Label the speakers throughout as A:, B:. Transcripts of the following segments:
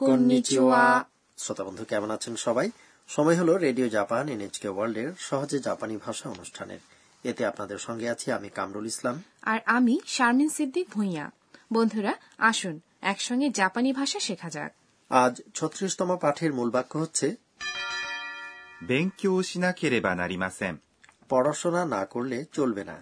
A: Konnichiwa.
B: শ্রোতা বন্ধু কেমন আছেন সবাই সময় হলো রেডিও জাপান এনএচকে ওয়ার্ল্ডের সহজে জাপানি ভাষা অনুষ্ঠানের এতে আপনাদের সঙ্গে আছি আমি কামরুল ইসলাম
A: আর আমি শারমিন সিদ্দিক ভুঁইয়া বন্ধুরা আসুন একসঙ্গে জাপানি ভাষা শেখা যাক
B: আজ ছত্রিশতম পাঠের মূল বাক্য হচ্ছে
C: 勉強しなければなりません。
B: পড়াশোনা না করলে চলবে না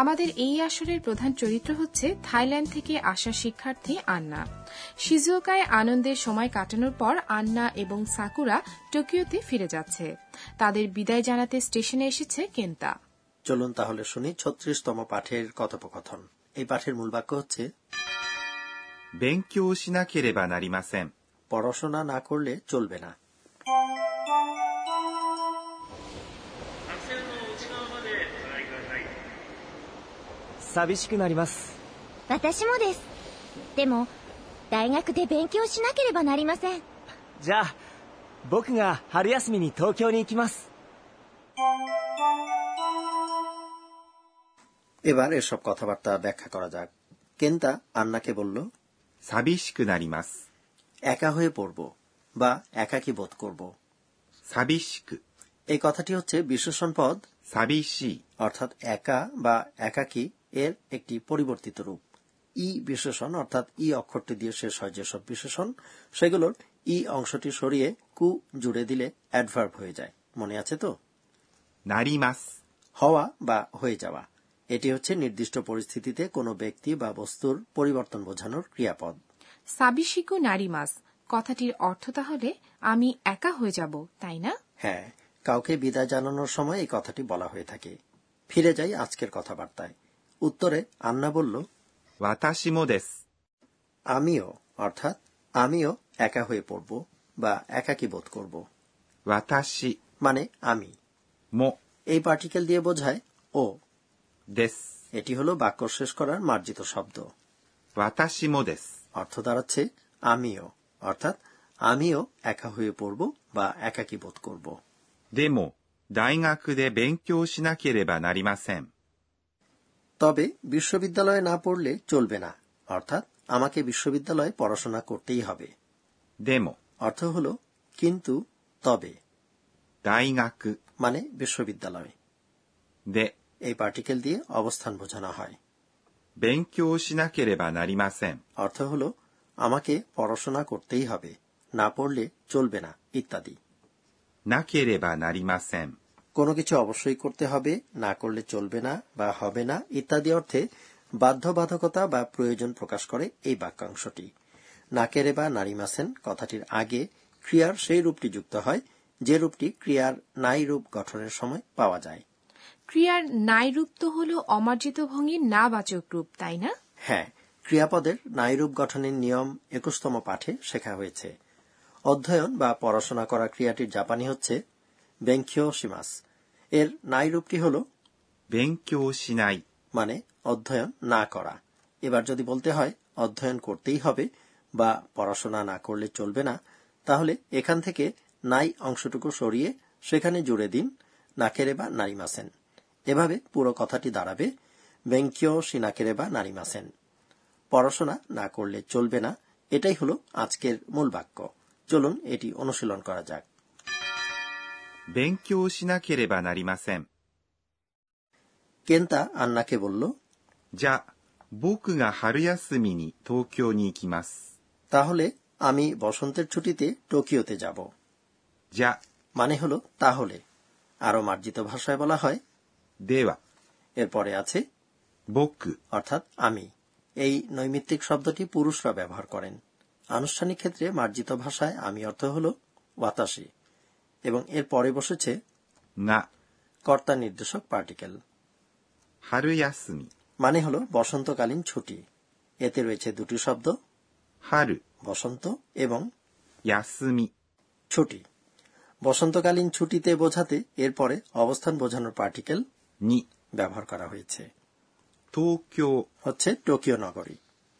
A: আমাদের এই আসরের প্রধান চরিত্র হচ্ছে থাইল্যান্ড থেকে আসা শিক্ষার্থী আন্না শিজুকায় আনন্দের সময় কাটানোর পর আন্না এবং সাকুরা টোকিওতে ফিরে যাচ্ছে তাদের বিদায় জানাতে স্টেশনে এসেছে কেন্তা
B: চলুন তাহলে শুনি ছত্রিশতম পাঠের কথোপকথন এই পাঠের মূল বাক্য হচ্ছে
C: 勉強しなければなりません。
B: পড়াশোনা না করলে চলবে না
D: 寂しくなります
E: 私もですでも大学で勉強しなければなりません
D: じゃあ僕が春休みに東京に行きます
B: এবার এসব কথাবার্তা ব্যাখ্যা করা যাক কেন্তা আন্নাকে বলল
C: 寂しくなります。
B: একা হয়ে পড়ব বা একাকী বোধ করব
C: 寂しく、
B: এই কথাটি হচ্ছে বিশেষণ পদ
C: 寂しい、
B: অর্থাৎ একা বা একাকী এর একটি পরিবর্তিত রূপ ই বিশেষণ অর্থাৎ ই অক্ষরটি দিয়ে শেষ হয় যেসব বিশেষণ সেগুলোর ই অংশটি সরিয়ে কু জুড়ে দিলে অ্যাডভার্ব হয়ে যায় মনে আছে তো
C: なります。
B: হওয়া বা হয়ে যাওয়া এটি হচ্ছে নির্দিষ্ট পরিস্থিতিতে কোনো ব্যক্তি বা বস্তুর পরিবর্তন বোঝানোর ক্রিয়াপদ
A: সাবিশিকু নারিমাস কথাটির অর্থ তাহলে আমি একা হয়ে যাব তাই না
B: হ্যাঁ কাউকে বিদায় জানানোর সময় এই কথাটি বলা হয়ে থাকে ফিরে যাই আজকের কথাবার্তায় উত্তরে আন্না বলল
C: 私もです。
B: আমিও অর্থাৎ আমিও একা হয়ে পড়ব বা একাকী বোধ করব
C: 私
B: মানে আমি
C: も
B: এই পার্টিকেল দিয়ে বোঝায় ও
C: です。
B: এটি হলো বাক্য শেষ করার মার্জিত শব্দ
C: 私もです。
B: অর্থ দাঁড়াচ্ছে আমিও অর্থাৎ আমিও একা হয়ে পড়ব বা একাকী বোধ করব
C: でも、大学で勉強しなければなりません。
B: তবে বিশ্ববিদ্যালয়ে না পড়লে চলবে না অর্থাৎ আমাকে বিশ্ববিদ্যালয়ে পড়াশোনা করতেই হবে
C: でも、
B: অর্থ হল কিন্তু তবে
C: 大学
B: মানে বিশ্ববিদ্যালয়
C: で
B: এই পার্টিকেল দিয়ে অবস্থান বোঝানো হয়
C: 勉強しなければなりません。
B: অর্থ হল আমাকে পড়াশোনা করতেই হবে না পড়লে চলবে না ইত্যাদি
C: なければなりません。
B: কোনো কিছু অবশ্যই করতে হবে না করলে চলবে না বা হবে না ইত্যাদি অর্থে বাধ্যবাধকতা বা প্রয়োজন প্রকাশ করে এই বাক্যাংশটি নাকেরে বা নারিমাসেন কথাটির আগে ক্রিয়ার সেই রূপটি যুক্ত হয় যে রূপটি ক্রিয়ার নাই রূপ গঠনের সময় পাওয়া যায়
A: ক্রিয়ার নাইরূপ তো হল অমার্জিত ভঙ্গির না বাচক রূপ তাই না
B: হ্যাঁ ক্রিয়াপদের নাইরূপ গঠনের নিয়ম একুশতম পাঠে শেখা হয়েছে অধ্যয়ন বা পড়াশোনা করা ক্রিয়াটির জাপানি হচ্ছে বেঙ্কিও সিমাস এর নাইরূপটি হল
C: 勉強しない、
B: মানে অধ্যয়ন না করা এবার যদি বলতে হয় অধ্যয়ন করতেই হবে বা পড়াশোনা না করলে চলবে না তাহলে এখান থেকে নাই অংশটুকু সরিয়ে সেখানে জুড়ে দিন নাকেরে বা নারিমাসেন এভাবে পুরো কথাটি দাঁড়াবে বেঙ্কিও সিনাকেরে বা নারিমাসেন পড়াশোনা না করলে চলবে না এটাই হলো আজকের মূল বাক্য চলুন এটি অনুশীলন করা যাক
C: 勉強しなければなりません。
B: কেন্তা আন্নাকে বলল
C: じゃあ、僕が春休みに東京に行きます。
B: তাহলে আমি বসন্তের ছুটিতে টোকিওতে যাব
C: じゃあ、
B: মানে হলো তাহলে আরো মার্জিত ভাষায় বলা হয়
C: では、
B: এরপরে আছে
C: 僕
B: অর্থাৎ আমি এই নৈমিত্তিক শব্দটি পুরুষরা ব্যবহার করেন আনুষ্ঠানিক ক্ষেত্রে মার্জিত ভাষায় আমি অর্থ হল বাতাসি এবং এর পরে বসেছে
C: が
B: কর্তা নির্দেশক পার্টিকেল
C: 春休み、
B: মানে হলো বসন্তকালীন ছুটি এতে রয়েছে দুটি শব্দ
C: 春、
B: বসন্ত এবং
C: 休み、
B: ছুটি বসন্তকালীন ছুটিতে বোঝাতে এরপরে অবস্থান বোঝানোর পার্টিকেল
C: に、
B: ব্যবহার করা হয়েছে
C: 東京
B: হচ্ছে টোকিও নগরী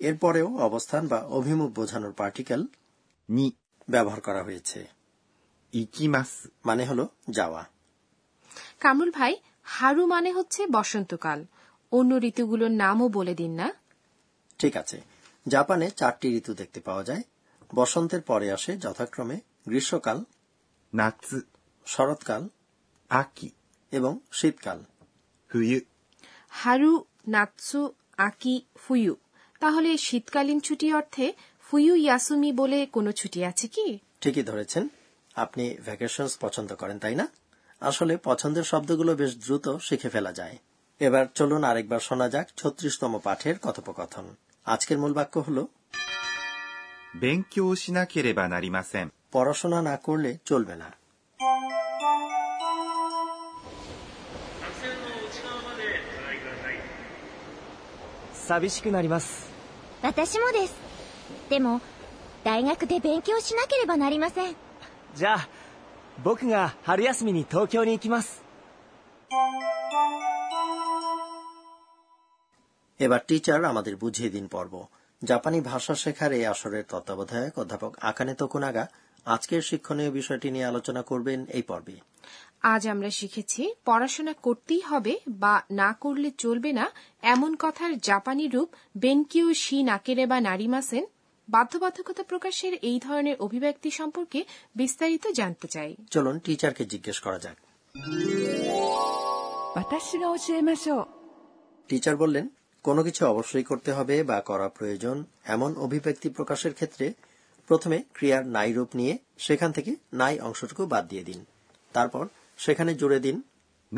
B: এরপরেও অবস্থান বা অভিমুখ বোঝানোর পার্টিকেল
C: に
B: ব্যবহার করা হয়েছে
C: 行きます。
B: মানে হলো যাওয়া
A: কামরুল ভাই হারু মানে হচ্ছে বসন্তকাল অন্য ঋতুগুলোর নামও বলে দিন না
B: ঠিক আছে জাপানে চারটি ঋতু দেখতে পাওয়া যায় বসন্তের পরে আসে যথাক্রমে গ্রীষ্মকাল
C: 夏、
B: শরৎকাল
C: 秋、
B: এবং শীতকাল
C: 冬、
A: হারু নাৎসু আকি ফুয়ু তাহলে শীতকালীন ছুটি অর্থে ফুয়ু ইয়াসুমি বলে কোনো ছুটি আছে কি
B: ঠিকই ধরেছেন আপনি ভ্যাকেশনস পছন্দ করেন তাই না আসলে পছন্দের শব্দগুলো বেশ দ্রুত শিখে ফেলা যায় এবার চলুন আরেকবার শোনা যাক ছত্রিশতম পাঠের কথোপকথন আজকের মূল বাক্য হল
C: 勉強しなければなりません。
B: পড়াশোনা না করলে চলবে না
D: 寂しくなります
E: 私もですでも大学で勉強しなければなりません
D: じゃあ僕が春休みに東京に行きます
B: এবার টিচার আমাদের বুঝিয়ে দিন পর্ব জাপানি ভাষা শেখার এই আসরের তত্ত্বাবধায়ক অধ্যাপক আকানে তকুনাগা আজকের শিক্ষণীয় বিষয়টি নিয়ে আলোচনা করবেন এই পর্বে
A: আজ আমরা শিখেছি পড়াশোনা করতেই হবে বা না করলে চলবে না এমন কথার জাপানি রূপ বেনকিউ শি নাকেরে বা নারিমাসেন বাধ্যবাধকতা প্রকাশের এই ধরনের অভিব্যক্তি সম্পর্কে বিস্তারিত জানতে চাই
B: চলুন টিচারকে জিজ্ঞেস করা যাক
F: 私が教えましょう
B: টিচার বললেন কোনো কিছু অবশ্যই করতে হবে বা করা প্রয়োজন এমন অভিব্যক্তি প্রকাশের ক্ষেত্রে প্রথমে ক্রিয়ার নাই রূপ নিয়ে সেখান থেকে নাই অংশটুকু বাদ দিয়ে দিন তারপর সেখানে জুড়ে দিন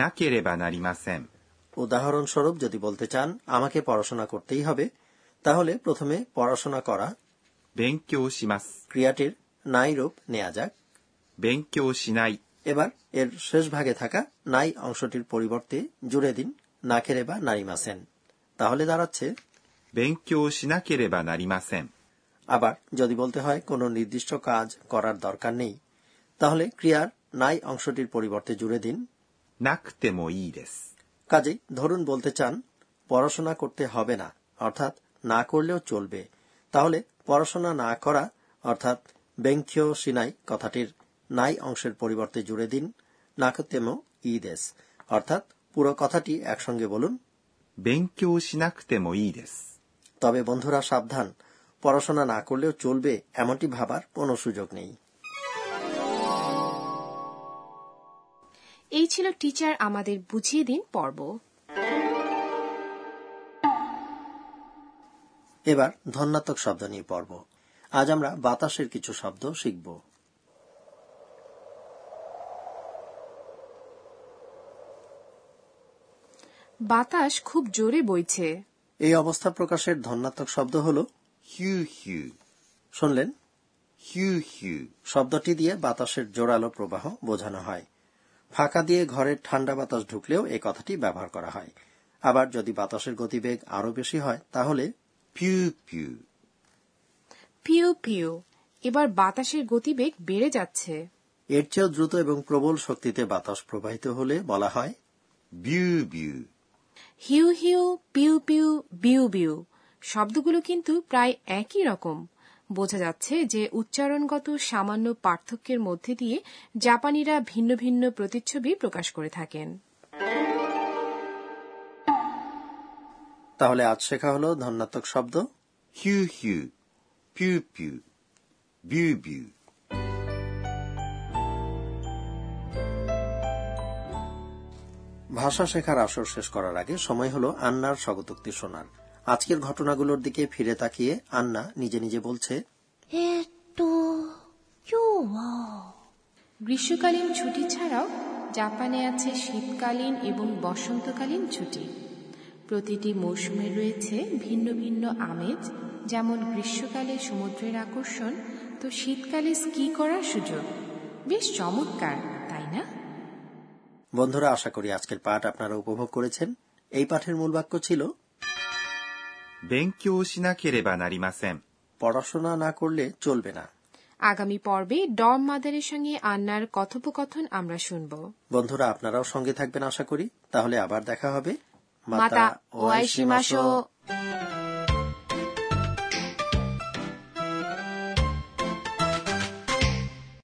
C: なければなりません。
B: উদাহরণস্বরূপ যদি বলতে চান আমাকে পড়াশোনা করতেই হবে তাহলে প্রথমে পড়াশোনা করা
C: 勉強します。
B: ক্রিয়াটির নাই রূপ নেওয়া যাক
C: 勉強しない。
B: এবার এর শেষ ভাগে থাকা নাই অংশটির পরিবর্তে জুড়ে দিন নাকেরে বা নারিমাসেন তাহলে দাঁড়াচ্ছে
C: 勉強しなければなりません。
B: আবার যদি বলতে হয় কোনো নির্দিষ্ট কাজ করার দরকার নেই তাহলে ক্রিয়ার নাই অংশটির পরিবর্তে জুড়ে দিন
C: なくてもいいです。
B: কাজেই ধরুন বলতে চান পড়াশোনা করতে হবে না অর্থাৎ না করলেও চলবে তাহলে পড়াশোনা না করা অর্থাৎ বেঙ্কিও সিনাই কথাটির নাই অংশের পরিবর্তে জুড়ে দিন নাকতেমো ইদেস অর্থাৎ পুরো কথাটি একসঙ্গে বলুন
C: 勉強しなくてもいいです。
B: তবে বন্ধুরা সাবধান পড়াশোনা না করলেও চলবে এমনটি ভাবার কোনো সুযোগ নেই
A: এই ছিল টিচার আমাদের বুঝিয়ে দিন পর্ব
B: এবার ধন্যাত্মক শব্দ নিয়ে পড়ব আজ আমরা বাতাসের কিছু শব্দ শিখব
A: バタシ খুব জোরে বইছে
B: এই অবস্থা প্রকাশের ধন্যাত্মক শব্দ হল
C: ヒューヒュー、
B: শুনলেন
C: ヒューヒュー、
B: শব্দটি দিয়ে বাতাসের জোরালো প্রবাহ বোঝানো হয় ফাঁকা দিয়ে ঘরের ঠান্ডা বাতাস ঢুকলেও এই কথাটি ব্যবহার করা হয় আবার যদি বাতাসের গতিবেগ আরো বেশি হয় তাহলে
C: ピューピュー、
A: পিউ পিউ এবার বাতাসের গতিবেগ বেড়ে যাচ্ছে
B: এর চেয়েও দ্রুত এবং প্রবল শক্তিতে বাতাস প্রবাহিত হলে বলা হয়
C: ビュービュー、
A: হিউ হিউ পিউ পিউ বিউ বিউ শব্দগুলো কিন্তু প্রায় একই রকম বোঝা যাচ্ছে যে উচ্চারণগত সামান্য পার্থক্যের মধ্যে দিয়ে জাপানিরা ভিন্ন ভিন্ন প্রতিচ্ছবি প্রকাশ করে থাকেন
B: তাহলে আজ শেখা হলো ধন্যাত্মক শব্দ
C: ヒューヒュー、ピューピュー、ビュービュー。
B: ভাষা শেখার আসর শেষ করার আগে সময় হলো আন্নার স্বগতোক্তি শোনার আজকের ঘটনাগুলোর দিকে ফিরে তাকিয়ে আন্না নিজে নিজে বলছে
E: えーっと今日は
A: গ্রীষ্মকালীন ছুটি ছাড়াও জাপানে আছে শীতকালীন এবং বসন্তকালীন ছুটি প্রতিটি মৌসুমে রয়েছে ভিন্ন ভিন্ন আমেজ যেমন গ্রীষ্মকালে সমুদ্রের আকর্ষণ তো শীতকালে স্কি করার সুযোগ বেশ চমৎকার তাই না
B: বন্ধুরা আশা করি আজকের পাঠ আপনারা উপভোগ করেছেন এই পাঠের মূল বাক্য ছিল
C: 勉強しなければなりません。
B: পড়াশোনা না করলে চলবে না
A: আগামী পর্বে ডম মাদারের সঙ্গে আন্নার কথোপকথন আমরা শুনব
B: বন্ধুরা আপনারাও সঙ্গে থাকবেন আশা করি তাহলে আবার দেখা হবে
A: মাতা ওয়াইশিমাশো